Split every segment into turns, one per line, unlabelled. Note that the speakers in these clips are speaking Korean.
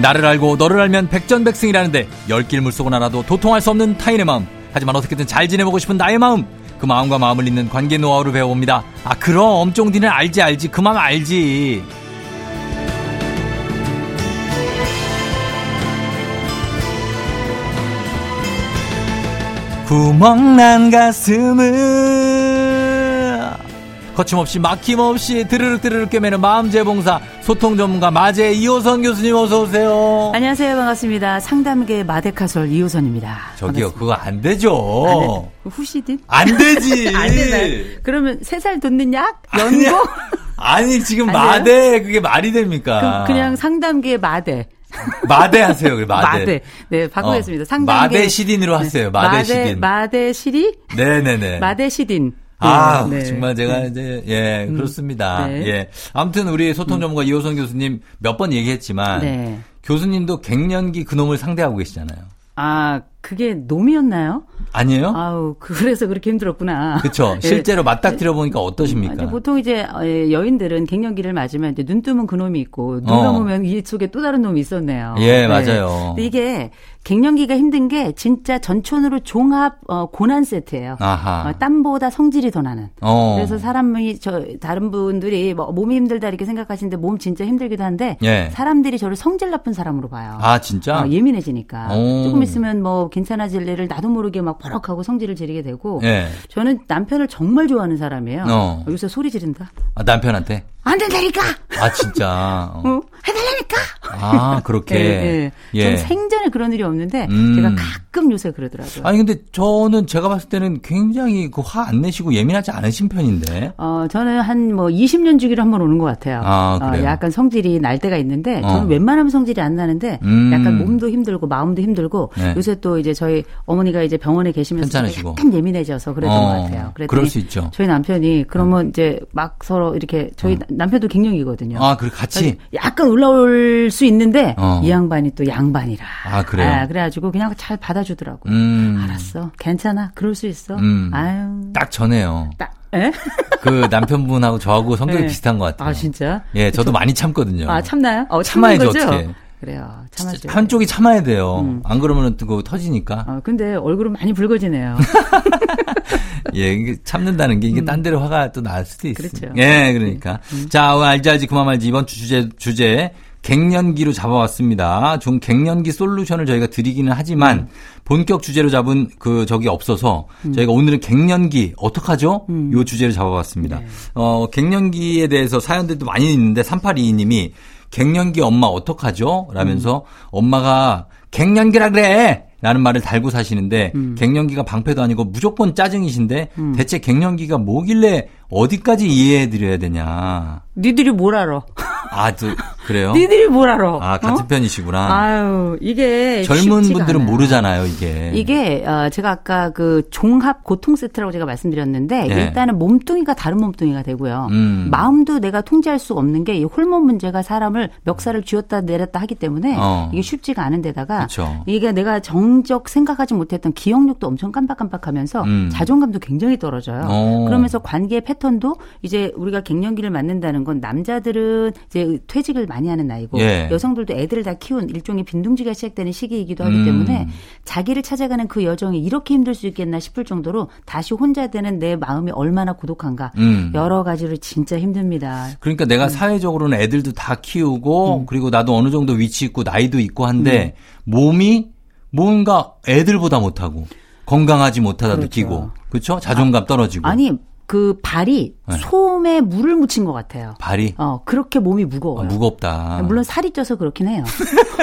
나를 알고 너를 알면 백전백승이라는데 열길 물속은 알아도 도통할 수 없는 타인의 마음 하지만 어떻게든 잘 지내보고 싶은 나의 마음 그 마음과 마음을 잇는 관계 노하우를 배워봅니다 아 그럼 쫑디는 알지 알지 그 마음 알지 구멍난 가슴을 거침없이 막힘없이 드르륵 드르륵 꿰매는 마음 재봉사 소통 전문가 마제 이호선 교수님 어서 오세요.
안녕하세요. 반갑습니다. 상담계 마데카솔 이호선입니다. 네. 그
저기요 어. 그거 안 되죠.
후시딘?
안 되지.
아, 안 되나요? 그러면 세 살 돋는 약?
아니야.
연고?
아니 지금
안 돼요?
마대 그게 말이 됩니까?
그냥 상담계 마데.
마대 하세요. 그래 아. 마대.
네, 바꾸겠습니다.
어,
상담계. 네.
마대 시딘으로 하세요. 마대 시딘.
마데 시리?
네네네.
마데 시딘.
아,
네, 네.
정말 제가 이제, 예, 그렇습니다.
네. 음.
예. 아무튼 우리 소통 전문가 이호선 교수님 몇 번 얘기했지만,
네.
교수님도 갱년기 그놈을 상대하고 계시잖아요.
아, 그게 놈이었나요?
아니에요?
아우, 그래서 그렇게 힘들었구나.
그쵸.
예.
실제로 맞닥뜨려 보니까 어떠십니까?
이제 보통 이제 어, 예, 여인들은 갱년기를 맞으면 이제 눈 뜨면 그놈이 있고 눈
어.
감으면 이 속에 또 다른 놈이 있었네요.
예, 맞아요.
근데 이게 갱년기가 힘든 게 진짜 전천후로 종합 어, 고난 세트예요.
아하.
어, 땀보다 성질이 더 나는.
어.
그래서 사람이 저 다른 분들이 뭐 몸이 힘들다 이렇게 생각하시는데 몸 진짜 힘들기도 한데
예.
사람들이 저를 성질 나쁜 사람으로 봐요.
아, 진짜?
어, 예민해지니까
오.
조금 있으면 뭐 괜찮아질 일을 나도 모르게 막 버럭하고 성질을 지르게 되고
예.
저는 남편을 정말 좋아하는 사람이에요.
어.
요새 소리 지른다.
아, 남편한테?
안 된다니까.
아, 진짜. 어.
어, 해달라니까.
아, 그렇게.
예, 예.
예.
전 생전에 그런 일이 없는데
음.
제가 가끔 요새 그러더라고요.
아니, 근데 저는 제가 봤을 때는 굉장히 그 화 안 내시고 예민하지 않으신 편인데.
어, 저는 한 뭐 20년 주기로 한 번 오는 것 같아요.
아, 그래요?
어, 약간 성질이 날 때가 있는데 저는
어.
웬만하면 성질이 안 나는데
음.
약간 몸도 힘들고 마음도 힘들고
네.
요새 또 이제 저희 어머니가 이제 병원에 계시면서 제가
편찮으시고.
약간 예민해져서 그랬던
어,
것 같아요. 그랬더니
그럴 수 있죠. 음.
저희 남편이 그러면 이제 막 서로 이렇게 저희 나- 남편도 갱년기거든요.
아, 그래, 같이?
약간 올라올 수 있는데
어.
이 양반이 또 양반이라.
아, 그래요?
그래가지고 그냥 잘 받아주더라고요.
음.
알았어, 괜찮아, 그럴 수 있어.
음.
아유,
딱 전에요.
딱, 에?
그 남편분하고 저하고 성격이
네.
비슷한 것 같아요.
아 진짜?
예, 저도 많이 참거든요.
아 참나요? 어, 참는
참아야죠,
거죠?
어떻게.
그래요. 음. 참아죠.
한쪽이 참아야 돼요. 안 그러면 뜨거 터지니까.
어, 근데 얼굴은 많이 붉어지네요.
예, 이게 참는다는 게 이게 딴 데로 화가 또 날 수도 있습니다.
음. 그렇죠. 음.
예, 그러니까. 자, 오늘 알지 알지 그만 말지 이번 주 주제 주제 갱년기로 잡아왔습니다. 좀 갱년기 솔루션을 저희가 드리기는 하지만
음.
본격 주제로 잡은 그 적이 없어서 저희가 오늘은 갱년기 어떡하죠?
음.
요 주제를 잡아봤습니다.
네.
어, 갱년기에 대해서 사연들도 많이 있는데 3822님이 갱년기 엄마 어떡하죠? 라면서
음.
엄마가 갱년기라 그래. 라는 말을 달고 사시는데
음.
갱년기가 방패도 아니고 무조건 짜증이신데 대체 갱년기가 뭐길래 어디까지 이해해 드려야 되냐.
니들이 뭘 알아?
아, 또 그래요?
니들이 뭘 알아? 어?
아, 같은 편이시구나.
아유, 이게
젊은
쉽지가
분들은
않아요.
모르잖아요, 이게.
이게 어, 제가 아까 그 종합 고통 세트라고 제가 말씀드렸는데
네.
일단은 몸뚱이가 다른 몸뚱이가 되고요.
음.
마음도 내가 통제할 수 없는 게 이 호르몬 문제가 사람을 멱살을 쥐었다 내렸다 하기 때문에
어.
이게 쉽지가 않은 데다가
그쵸.
이게 내가 정적 생각하지 못했던 기억력도 엄청 깜빡깜빡하면서
음.
자존감도 굉장히 떨어져요.
어.
그러면서 관계의 패턴도 이제 우리가 갱년기를 맞는다는 건 남자들은 이제 퇴직을 많이 하는 나이고
예.
여성들도 애들을 다 키운 일종의 빈둥지가 시작되는 시기이기도 하기
음.
때문에 자기를 찾아가는 그 여정이 이렇게 힘들 수 있겠나 싶을 정도로 다시 혼자 되는 내 마음이 얼마나 고독한가
음.
여러 가지로 진짜 힘듭니다.
그러니까 내가
음.
사회적으로는 애들도 다 키우고 그리고 나도 어느 정도 위치 있고 나이도 있고 한데
음.
몸이 뭔가 애들보다 못하고 건강하지 못하다
그렇죠. 아,
느끼고 그렇죠? 자존감 떨어지고
아니 그 발이 솜에 물을 묻힌 것 같아요.
네. 발이
어, 그렇게 몸이 무거워요.
아, 무겁다.
물론 살이 쪄서 그렇긴 해요.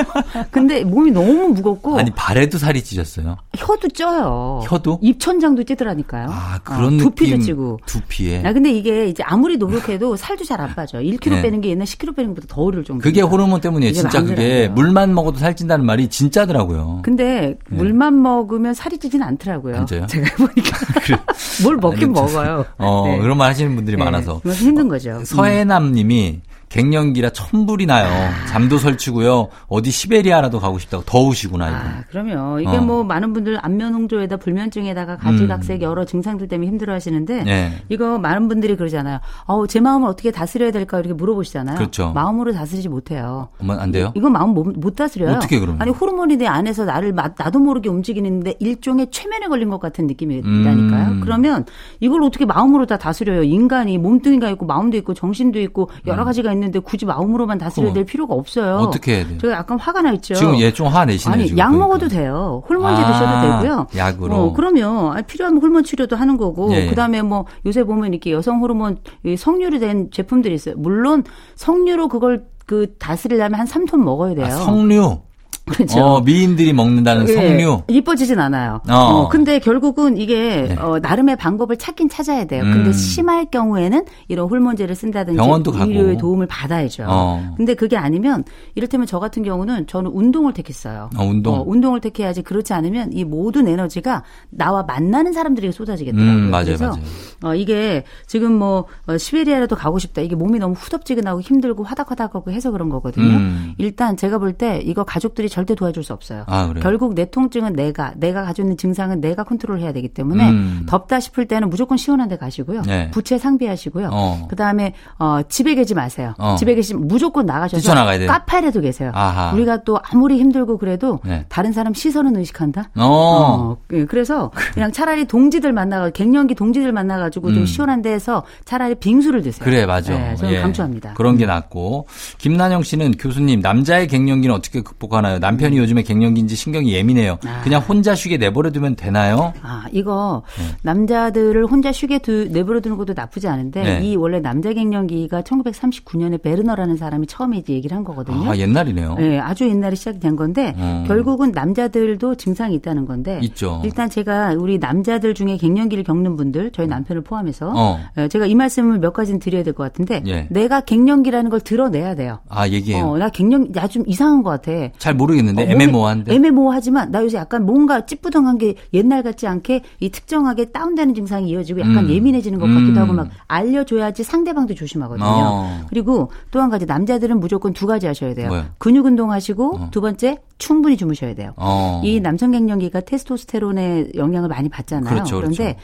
근데 몸이 너무 무겁고
아니 발에도 살이 찢었어요.
혀도 쪄요.
혀도?
입천장도 찌더라니까요.
아 그런
어,
느낌.
두피도 찌고.
두피에.
아 근데 이게 이제 아무리 노력해도 살도 잘 안 빠져. 1kg
네.
빼는 게 옛날 10kg 빼는 것보다 더 어려울 정도.
그게 호르몬 때문이에요.
이게
진짜 그게
마음대로 안 돼요.
물만 먹어도 살찐다는 말이 진짜더라고요.
근데
예.
물만 먹으면 살이 찌진 않더라고요.
맞아요?
제가 보니까 뭘 먹긴 먹어요.
어
네.
그런 말 하시는 분들이
네. 음.
많아서 어,
그래서 힘든 거죠.
서해남님이 갱년기라 천불이 나요.
아.
잠도 설치고요. 어디 시베리아라도 가고 싶다고 더우시구나 이거.
아, 그럼요. 이게
어.
뭐 많은 분들 안면홍조에다 불면증에다가 가지각색 여러 증상들 때문에 힘들어 하시는데
음. 네.
이거 많은 분들이 그러잖아요. 어우, 제 마음을 어떻게 다스려야 될까 이렇게 물어보시잖아요.
그렇죠.
마음으로 다스리지 못해요.
엄마 안 돼요?
이건 마음 못, 못 다스려요.
어? 어떻게 그러면?
아니 호르몬이 내 안에서 나를 마- 나도 모르게 움직이는데 일종의 최면에 걸린 것 같은 느낌이라니까요.
음.
그러면 이걸 어떻게 마음으로 다 다스려요? 인간이 몸뚱이가 있고 마음도 있고 정신도 있고 여러 가지가 있는데 굳이 마음으로만 다스려야 될 필요가 없어요.
음. 어떻게 해야 돼요?
제가 약간 화가 나 있죠.
지금 얘 좀 화내시네요.
아니
지금
약
보니까.
먹어도 돼요. 홀몬제
아,
드셔도 되고요.
약으로.
어, 그럼요. 아니, 필요하면 호르몬 치료도 하는 거고
예, 예.
그다음에 뭐 요새 보면 이렇게 여성 호르몬 이 성유로 된 제품들이 있어요. 물론 성유로 그걸 그 다스리려면 한 3톤 먹어야 돼요.
아, 성류.
그렇죠.
어, 미인들이 먹는다는
예,
성류.
이뻐지진 않아요.
어. 네.
어. 근데 결국은 이게 어, 나름의 방법을 찾긴 찾아야 돼요.
음.
근데 심할 경우에는 이런 홀몬제를 쓴다든지
병원도 가고.
의료의 도움을 받아야죠.
어.
근데 그게 아니면 이를테면 저 같은 경우는 저는 운동을 택했어요.
아, 운동.
어, 운동을 택해야지 그렇지 않으면 이 모든 에너지가 나와 만나는 사람들에게 쏟아지겠더라고요.
음, 맞아요,
그래서
맞아요.
어, 이게 지금 뭐 어, 시베리아라도 가고 싶다. 이게 몸이 너무 후덥지근하고 힘들고 화닥화닥하고 해서 그런 거거든요.
음.
일단 제가 볼 때 이거 가족들이 절대 도와줄 수 없어요.
아, 그래요?
결국 내 통증은 내가 내가 가지고 있는 증상은 내가 컨트롤해야 되기 때문에
음.
덥다 싶을 때는 무조건 시원한 데 가시고요.
네.
부채 상비하시고요.
어.
그다음에 어, 집에 계지 마세요.
어.
집에 계시면 무조건 나가셔서
뛰쳐나가야 돼요?
카페라도 계세요.
아하.
우리가 또 아무리 힘들고 그래도
네.
다른 사람 시선은 의식한다.
어.
어, 예, 그래서 그냥 차라리 동지들 만나가 갱년기 동지들 만나가지고 좀 시원한 데에서 차라리 빙수를 드세요.
음. 그래, 맞아.
예, 저는 강추합니다. 음.
그런 게 낫고. 김난영 씨는 교수님, 남자의 갱년기는 어떻게 극복하나요?
음.
남편이 요즘에 갱년기인지 신경이 예민해요. 그냥 혼자 쉬게 내버려두면 되나요?
아, 이거
예.
남자들을 혼자 쉬게 두, 내버려두는 것도 나쁘지 않은데
네.
이 원래 남자 갱년기가 1939년에 베르너라는 사람이 처음에 이제 얘기를 한 거거든요.
아, 옛날이네요.
예, 아주 옛날에 시작이 된 건데
음.
결국은 남자들도 증상이 있다는 건데
있죠.
일단 제가 우리 남자들 중에 갱년기를 겪는 분들 저희 남편을 포함해서
음. 어.
예, 제가 이 말씀을 몇 가지는 드려야 될 것 같은데
예.
내가 갱년기라는 걸 드러내야 돼요.
아, 얘기해요.
어, 나 갱년 나 좀 이상한 것 같아.
잘 모르겠는데,
어,
네, 애매모호한데.
몸이 애매모호하지만 나 요새 약간 뭔가 찌뿌둥한 게 옛날 같지 않게 이 특정하게 다운되는 증상이 이어지고 약간
음.
예민해지는 것
음.
같기도 하고 막 알려줘야지 상대방도 조심하거든요.
어.
그리고 또 한 가지 남자들은 무조건 두 가지 하셔야 돼요.
뭐요?
근육 운동하시고 두 번째 충분히 주무셔야 돼요.
어.
이 남성 갱년기가 테스토스테론의 영향을 많이 받잖아요.
그렇죠,
런
그렇죠.
데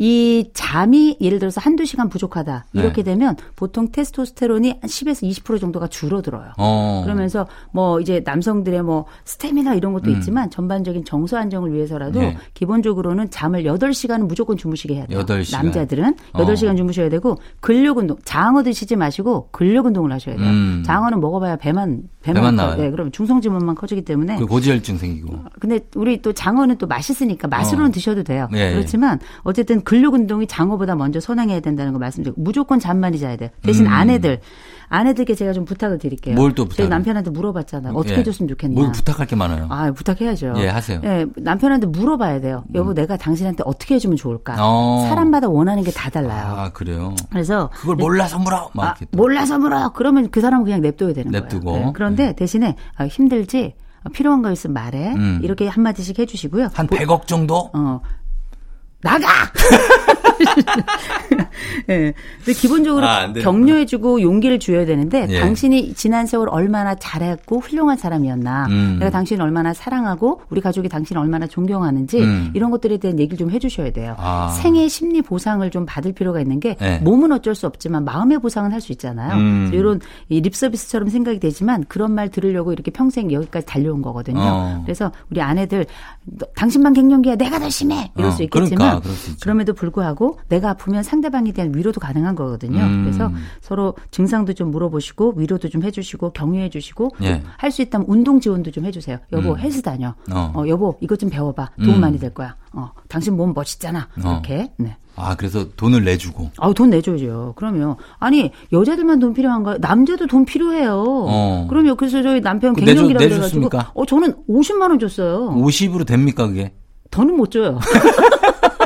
이 잠이 예를 들어서 한두 시간 부족하다. 이렇게
네.
되면 보통 테스토스테론이 한 10에서 20% 정도가 줄어들어요.
어.
그러면서 뭐 이제 남성들의 뭐 스태미나 이런 것도 있지만 전반적인 정서 안정을 위해서라도
음. 네.
기본적으로는 잠을 8시간은 무조건 주무시게 해야 돼요.
여덟 시간.
남자들은
어.
8시간 주무셔야 되고 근력 운동 장어 드시지 마시고 근력 운동을 하셔야 돼요.
음.
장어는 먹어봐야 배만 배만,
배만
커-
나와요.
네, 그럼 중성 지문만 커지기 때문에
그 고지혈증 생기고.
근데 우리 또 장어는 또 맛있으니까 맛으로는 드셔도 돼요.
예, 예.
그렇지만 어쨌든 근력 운동이 장어보다 먼저 선행해야 된다는 거 말씀드리고 무조건 잔만이 자야 돼요. 대신 아내들 아내들께 제가 좀 부탁을 드릴게요.
음. 뭘또
저희
부탁을?
남편한테 물어봤잖아요. 어떻게
예.
해줬으면 좋겠냐.
뭘 부탁할 게 많아요.
아 부탁해야죠.
예, 하세요. 음.
예, 남편한테 물어봐야 돼요. 여보 내가 당신한테 어떻게 해주면 좋을까.
어.
사람마다 원하는 게 다 달라요.
아, 그래요?
그래서
그걸 몰라 선물하고 막
아,
이렇게 또.
몰라서 물어. 그러면 그 사람은 그냥 냅둬야 되는
냅두고.
거예요. 네, 그런데 대신에 아, 힘들지 아, 필요한 거 있으면 말해.
음.
이렇게 한 마디씩 해주시고요.
한 100억 정도?
어, 나가! 예. 근데 기본적으로
아, 안 되는구나.
격려해주고 용기를 줘야 되는데
예.
당신이 지난 세월 얼마나 잘했고 훌륭한 사람이었나
음.
내가 당신을 얼마나 사랑하고 우리 가족이 당신을 얼마나 존경하는지
음.
이런 것들에 대한 얘기를 좀 해주셔야 돼요.
아.
생애 심리 보상을 좀 받을 필요가 있는 게
네.
몸은 어쩔 수 없지만 마음의 보상은 할 수 있잖아요.
음.
그래서 이런 이 립서비스처럼 생각이 되지만 그런 말 들으려고 이렇게 평생 여기까지 달려온 거거든요.
어.
그래서 우리 아내들 너- 당신만 갱년기야 내가 더 심해 이럴
어,
수
그러니까,
있겠지만
그럴 수 있죠.
그럼에도 불구하고 내가 아프면 상대방에 대한 위로도 가능한 거거든요.
음.
그래서 서로 증상도 좀 물어보시고 위로도 좀 해주시고 격려해주시고
예.
할 수 있다면 운동 지원도 좀 해주세요. 여보 헬스 다녀.
어. 음.
어, 여보 이것 좀 배워봐. 도움 많이 될 거야. 어, 당신 몸 멋있잖아.
어.
이렇게. 네.
아, 그래서 돈을 내주고.
아우 돈 내줘야죠. 그러면 아니 여자들만 돈 필요한가요? 남자도 돈 필요해요.
어.
그럼요. 그래서 저희 남편
그 내줘-
갱년기라 그래가지고
내줬습니까?
어 저는 50만 원 줬어요.
50으로 됩니까, 그게?
더는 못 줘요.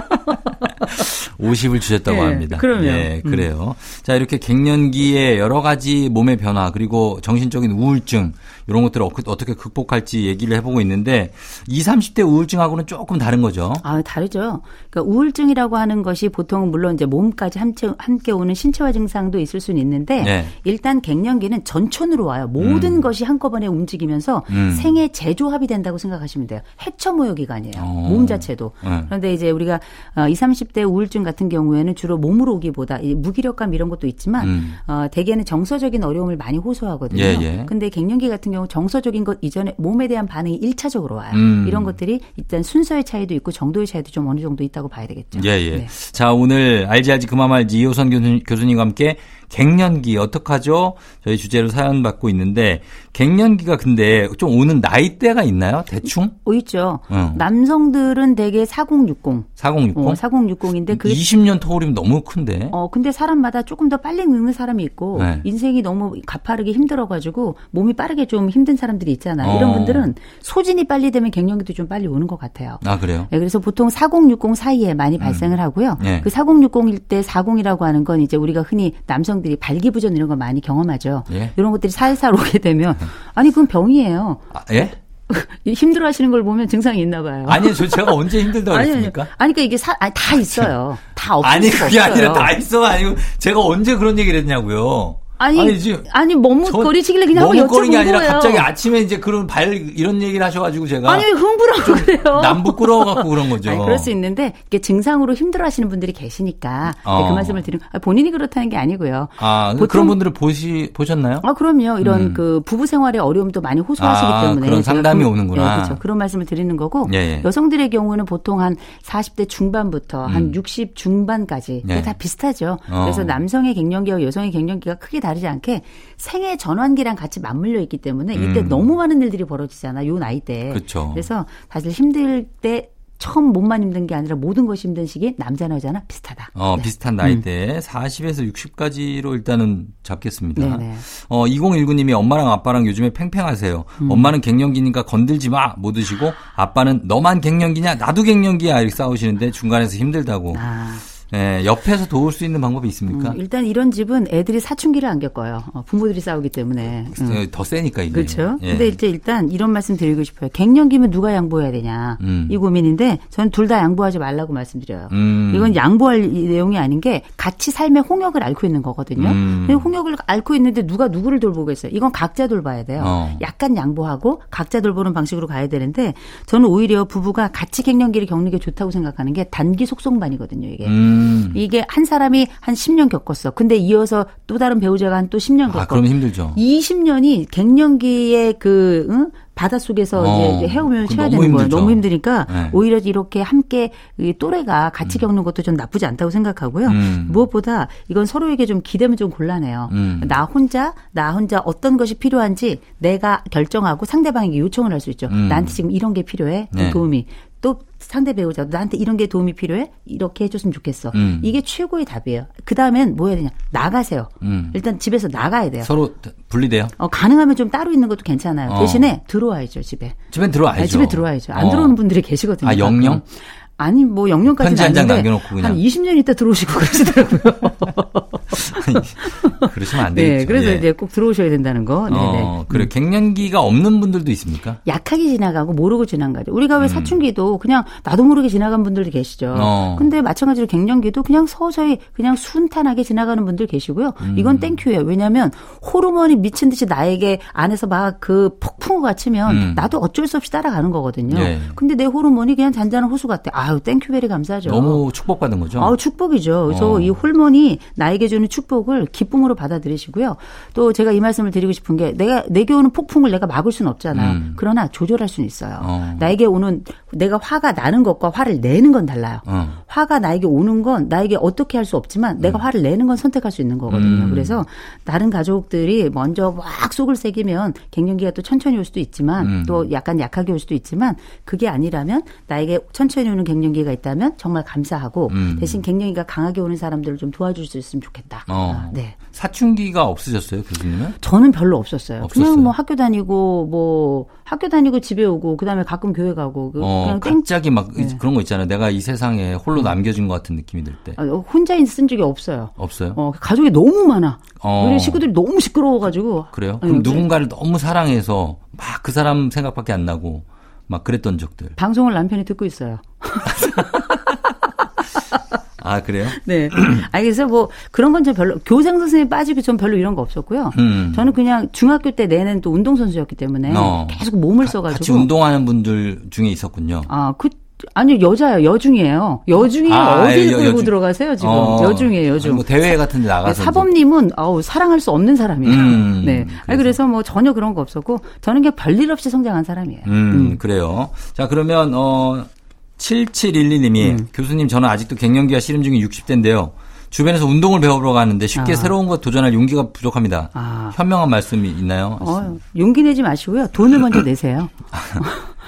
50을 주셨다고
예,
합니다.
그럼요.
예, 그래요. 자, 이렇게 갱년기에 여러 가지 몸의 변화 그리고 정신적인 우울증 이런 것들을 어- 어떻게 극복할지 얘기를 해보고 있는데 20, 30대 우울증하고는 조금 다른 거죠.
아 다르죠. 그러니까 우울증이라고 하는 것이 보통 물론 이제 몸까지 함께, 함께 오는 신체화 증상도 있을 수는 있는데
네. 음.
일단 갱년기는 전천으로 와요. 모든 것이 한꺼번에 움직이면서 생애 재조합이 된다고 생각하시면 돼요. 해처모여 기간이에요.
어.
몸 자체도.
네.
그런데 이제 우리가 어, 20, 30대 우울증 같은 경우에는 주로 몸으로 오기보다 이 무기력감 이런 것도 있지만
음.
어, 대개는 정서적인 어려움을 많이 호소하거든요.
예, 예.
근데 갱년기 같은 경우 정서적인 것 이전에 몸에 대한 반응이 일차적으로 와요.
음.
이런 것들이 일단 순서의 차이도 있고 정도의 차이도 좀 어느 정도 있다고 봐야 되겠죠.
예, 예.
네.
자, 오늘 알지 알지 그만 말지 이호선 교수님, 교수님과 함께 갱년기 어떡하죠? 저희 주제로 사연 받고 있는데 갱년기가 근데 좀 오는 나이대가 있나요? 대충?
어, 있죠.
응. 남성들은
남성들은 대개 4060.
4060?
어, 4060인데 그게
20년 터울이면 너무 큰데.
어 근데 사람마다 조금 더 빨리 늙는 사람이 있고
네.
인생이 너무 가파르게 힘들어가지고 몸이 빠르게 좀 힘든 사람들이 있잖아. 요 이런
어.
분들은 소진이 빨리 되면 갱년기도 좀 빨리 오는 것 같아요.
아, 그래요?
네, 그래서 보통 4060 사이에
음.
많이 발생을 하고요.
네.
그 4060일 때 40이라고 하는 건 이제 우리가 흔히 남성들이 발기부전 이런 거 많이 경험하죠.
예. 음.
이런 것들이 살살 오게 되면 아니 그건 병이에요.
아, 예?
힘들어 하시는 걸 보면 증상이 있나 봐요.
아니, 저 제가 언제 힘들다고
어. 아니, 아니,
그랬습니까?
아니, 그러니까 이게 사, 아니, 다 있어요. 다 없을
아니,
수가
그게
없어요.
아니라 다 있어. 아니고 제가 언제 그런 얘기를 했냐고요.
아니,
지금
아니, 머뭇거리시길래 그냥 한번
머뭇거리는 게
여쭤본
아니라
거예요.
갑자기 아침에 이제 그런 발 이런 얘기를 하셔가지고 제가
아니, 왜 흥분하고 그래요?
남 부끄러워 갖고 그런 거죠.
아니, 그럴 수 있는데 이게 증상으로 힘들어하시는 분들이 계시니까
어.
그 말씀을 드리는 아, 본인이 그렇다는 게 아니고요.
아,
보통-
그런 분들을 보시 보셨나요?
아, 그럼요. 이런 그 부부 생활의 어려움도 많이 호소하시기
음. 아,
때문에
그런
제가
상담이
그-
오는구나.
네, 그렇죠. 그런 말씀을 드리는 거고
예, 예.
여성들의 경우는 보통 한 40대 중반부터 한 60 중반까지
음. 예.
그게 다 비슷하죠.
어.
그래서 남성의 갱년기와 여성의 갱년기가 크게 다르지 않게 생애 전환기랑 같이 맞물려 있기 때문에 이때 너무 많은 일들이 벌어지잖아. 요 나이 때.
음. 그렇죠.
그래서 사실 힘들 때 처음 몸만 힘든 게 아니라 모든 것이 힘든 시기 남자나 여자나 비슷하다.
어,
네.
비슷한 나이대에 40에서 60까지로 일단은 잡겠습니다.
네네.
어, 2019님이 엄마랑 아빠랑 요즘에 팽팽하세요.
음.
엄마는 갱년기니까 건들지 마! 못 드시고, 아빠는 너만 갱년기냐? 나도 갱년기야! 이렇게 싸우시는데 중간에서 힘들다고.
아.
예, 옆에서 도울 수 있는 방법이 있습니까?
음, 일단 이런 집은 애들이 사춘기를 안 겪어요. 어, 부모들이 싸우기 때문에. 음.
어, 더 세니까, 이게.
그렇죠.
예.
근데 이제 일단 이런 말씀 드리고 싶어요. 갱년기면 누가 양보해야 되냐.
음.
이 고민인데 저는 둘 다 양보하지 말라고 말씀드려요.
음.
이건 양보할 이 내용이 아닌 게 같이 삶의 홍역을 앓고 있는 거거든요.
음.
근데 홍역을 앓고 있는데 누가 누구를 돌보겠어요. 이건 각자 돌봐야 돼요.
어.
약간 양보하고 각자 돌보는 방식으로 가야 되는데 저는 오히려 부부가 같이 갱년기를 겪는 게 좋다고 생각하는 게 단기 속성반이거든요. 이게.
음.
이게 한 사람이 한 10년 겪었어. 근데 이어서 또 다른 배우자가 한 또 10년 겪었고.
아, 그럼 힘들죠.
20년이 갱년기의 그 응? 바다 속에서
어,
이제 헤엄을
그
쳐야
너무
되는 거예요.
힘들죠.
너무 힘드니까
네.
오히려 이렇게 함께 이 또래가 같이 겪는 것도 좀 나쁘지 않다고 생각하고요.
음.
무엇보다 이건 서로에게 좀 기대면 좀 곤란해요.
음.
나 혼자 나 혼자 어떤 것이 필요한지 내가 결정하고 상대방에게 요청을 할 수 있죠.
음.
나한테 지금 이런 게 필요해. 좀
네.
도움이. 또 상대 배우자도 나한테 이런 게 도움이 필요해. 이렇게 해줬으면 좋겠어.
음.
이게 최고의 답이에요. 그 다음엔 뭐 해야 되냐? 나가세요.
음.
일단 집에서 나가야 돼요.
서로 분리돼요?
어, 가능하면 좀 따로 있는 것도 괜찮아요.
어.
대신에 들어와야죠, 집에.
집엔
아니,
들어와야죠.
집에 들어와야죠. 안
어.
들어오는 분들이 계시거든요.
아, 영영?
가끔. 아니, 뭐, 영영까지는
편지 한장
아닌데
남겨놓고 그냥.
한 20년 있다 들어오시고 그러시더라고요.
그러시면 안 되겠죠.
네, 그래서
예.
이제 꼭 들어오셔야 된다는 거. 네,
어, 그래. 갱년기가 없는 분들도 있습니까?
약하게 지나가고 모르고 지난 거죠. 우리가 왜 사춘기도 그냥 나도 모르게 지나간 분들도 계시죠.
음. 어.
근데 마찬가지로 갱년기도 그냥 서서히 그냥 순탄하게 지나가는 분들 계시고요.
음.
이건 땡큐예요. 왜냐하면 호르몬이 미친 듯이 나에게 안에서 막 그 폭풍우가 치면
음.
나도 어쩔 수 없이 따라가는 거거든요.
예.
근데 내 호르몬이 그냥 잔잔한 호수 같아. 아유 땡큐베리 감사하죠.
너무 축복받은 거죠?
아우 축복이죠. 그래서
어.
이 호르몬이 나에게 주는 축복을 기쁨으로 받아들이시고요. 또 제가 이 말씀을 드리고 싶은 게 내가 내게 오는 폭풍을 내가 막을 수는 없잖아.
음.
그러나 조절할 수는 있어요.
어.
나에게 오는 내가 화가 나는 것과 화를 내는 건 달라요.
어.
화가 나에게 오는 건 나에게 어떻게 할 수 없지만 내가 화를 내는 건 선택할 수 있는 거거든요.
음.
그래서 다른 가족들이 먼저 막 속을 새기면 갱년기가 또 천천히 올 수도 있지만
음.
또 약간 약하게 올 수도 있지만 그게 아니라면 나에게 천천히 오는 갱년기가 있다면 정말 감사하고
음.
대신 갱년기가 강하게 오는 사람들을 좀 도와줄 수 있으면 좋겠다.
어.
아, 네.
사춘기가 없으셨어요, 교수님은?
저는 별로 없었어요.
없었어요?
그냥 뭐 학교 다니고 뭐 학교 다니고 집에 오고 그다음에 가끔 교회 가고 그-
어,
그냥 땡 네. 음.
갑자기 막 그런 거 있잖아요. 내가 이 세상에 홀로 남겨진 것 같은 느낌이 들 때.
아, 혼자 있은 적이 없어요.
없어요?
어, 가족이 너무 많아.
어.
우리 식구들이 너무 시끄러워가지고.
그래요?
네,
그럼
그래.
누군가를 너무 사랑해서 막 그 사람 생각밖에 안 나고 막 그랬던 적들.
방송을 남편이 듣고 있어요.
아, 그래요?
네. 아, 그래서 뭐 그런 건 좀 별로 교장 선생님 빠지고 전 별로 이런 거 없었고요.
음.
저는 그냥 중학교 때 내는 또 운동선수였기 때문에
어.
계속 몸을 써가지고.
같이 운동하는 분들 중에 있었군요.
아, 그, 아니, 여자예요. 여중이에요. 여중이
아,
어디를
여-
끌고
여중.
들어가세요, 지금?
어.
여중이에요,
아니,
여중.
뭐 대회 같은 데
네,
나가서.
사범님은 어우 사랑할 수 없는 사람이에요.
음,
네, 아니 그래서 뭐 전혀 그런 거 없었고 저는 그냥 별일 없이 성장한 사람이에요.
음, 그래요. 자, 그러면, 어, 7712님이,
음.
교수님, 저는 아직도 갱년기와 씨름 중인 60대인데요. 주변에서 운동을 배우러 가는데 쉽게 새로운 것 도전할 용기가 부족합니다.
아.
현명한 말씀이 있나요?
어, 용기 내지 마시고요. 돈을 먼저 내세요.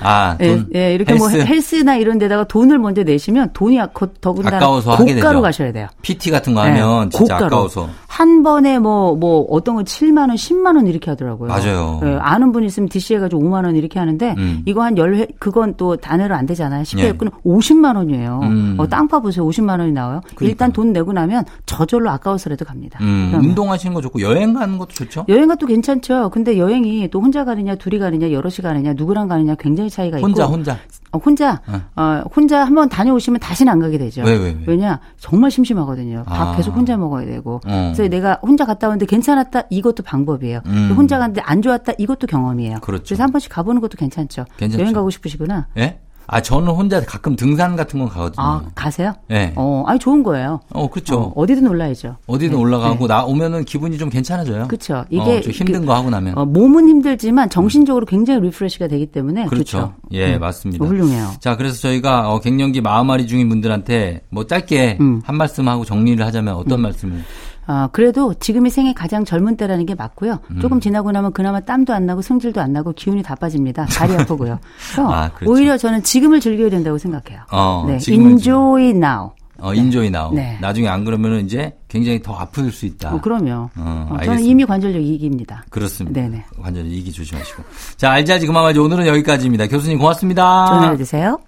아,
예,
돈,
예, 이렇게 뭐
헬스,
헬스나 이런 데다가 돈을 먼저 내시면 돈이 아- 거- 더군다나
아까워서 하게 되죠.
고가로 가셔야 돼요.
PT 같은 거 하면
예,
진짜 아까워서.
한 번에 뭐 뭐 어떤 건 7만 원, 10만 원 이렇게 하더라고요.
맞아요.
예, 아는 분 있으면 DC 해 가지고 5만 원 이렇게 하는데
음.
이거 한 10회 그건 또 단회로 안 되잖아요. 10회
예.
끊으면 50만 원이에요.
음.
어, 땅파 보세요. 50만 원이 나와요. 일단 돈 내고 나면 저절로 아까워서라도 갑니다.
음,
그러면.
운동하시는 거 좋고 여행 가는 것도 좋죠?
여행가 또 괜찮죠. 근데 여행이 또 혼자 가느냐, 둘이 가느냐, 여럿이 가느냐, 누구랑 가느냐 굉장히 차이가 예, 있고.
혼자, 혼자.
어, 혼자,
네.
어, 혼자 한번 다녀오시면 다시는 안 가게 되죠.
왜, 왜, 왜?
냐 정말 심심하거든요. 밥
네, 아.
계속 혼자 먹어야 되고.
어.
그래서 내가 혼자 갔다 오는데 괜찮았다? 이것도 방법이에요.
음.
혼자 갔는데 안 좋았다? 이것도 경험이에요.
그렇죠.
래서한 번씩 가보는 것도 괜찮죠.
괜찮죠.
여행 가고 싶으시구나.
예? 아, 저는 혼자 가끔 등산 같은 건 가거든요.
아, 가세요?
예. 어,
어, 아니, 좋은 거예요.
그렇죠.
어, 디든 올라야죠.
어디든
네,
올라가고 나 오면은 기분이 좀 괜찮아져요.
그쵸.
이게
이게
힘든
그-
거 하고 나면.
어, 몸은 힘들지만 정신적으로 굉장히 리프레시가 되기 때문에.
그렇죠.
좋죠.
예,
음.
맞습니다.
훌륭해요.
자, 그래서 저희가 어, 갱년기 마음앓이 중인 분들한테 뭐 짧게
음.
한 말씀 하고 정리를 하자면 어떤 말씀을?
아, 그래도 지금이 생애 가장 젊은 때라는 게 맞고요.
음.
조금 지나고 나면 그나마 땀도 안 나고 성질도 안 나고 기운이 다 빠집니다. 다리 아프고요. 그래서
아, 그렇죠.
오히려 저는 지금을 즐겨야 된다고 생각해요.
어,
네.
지금을
enjoy now.
어, 인조이 나오.
네.
나중에 안 그러면은 이제 굉장히 더 아플 수 있다.
어, 그럼요.
어,
어, 저는
알겠습니다.
이미 관절력 이기입니다.
그렇습니다.
네네.
그 완전히 이기 조심하시고. 자, 알자지 그만 말지 오늘은 여기까지입니다. 교수님 고맙습니다.
전화를 드세요.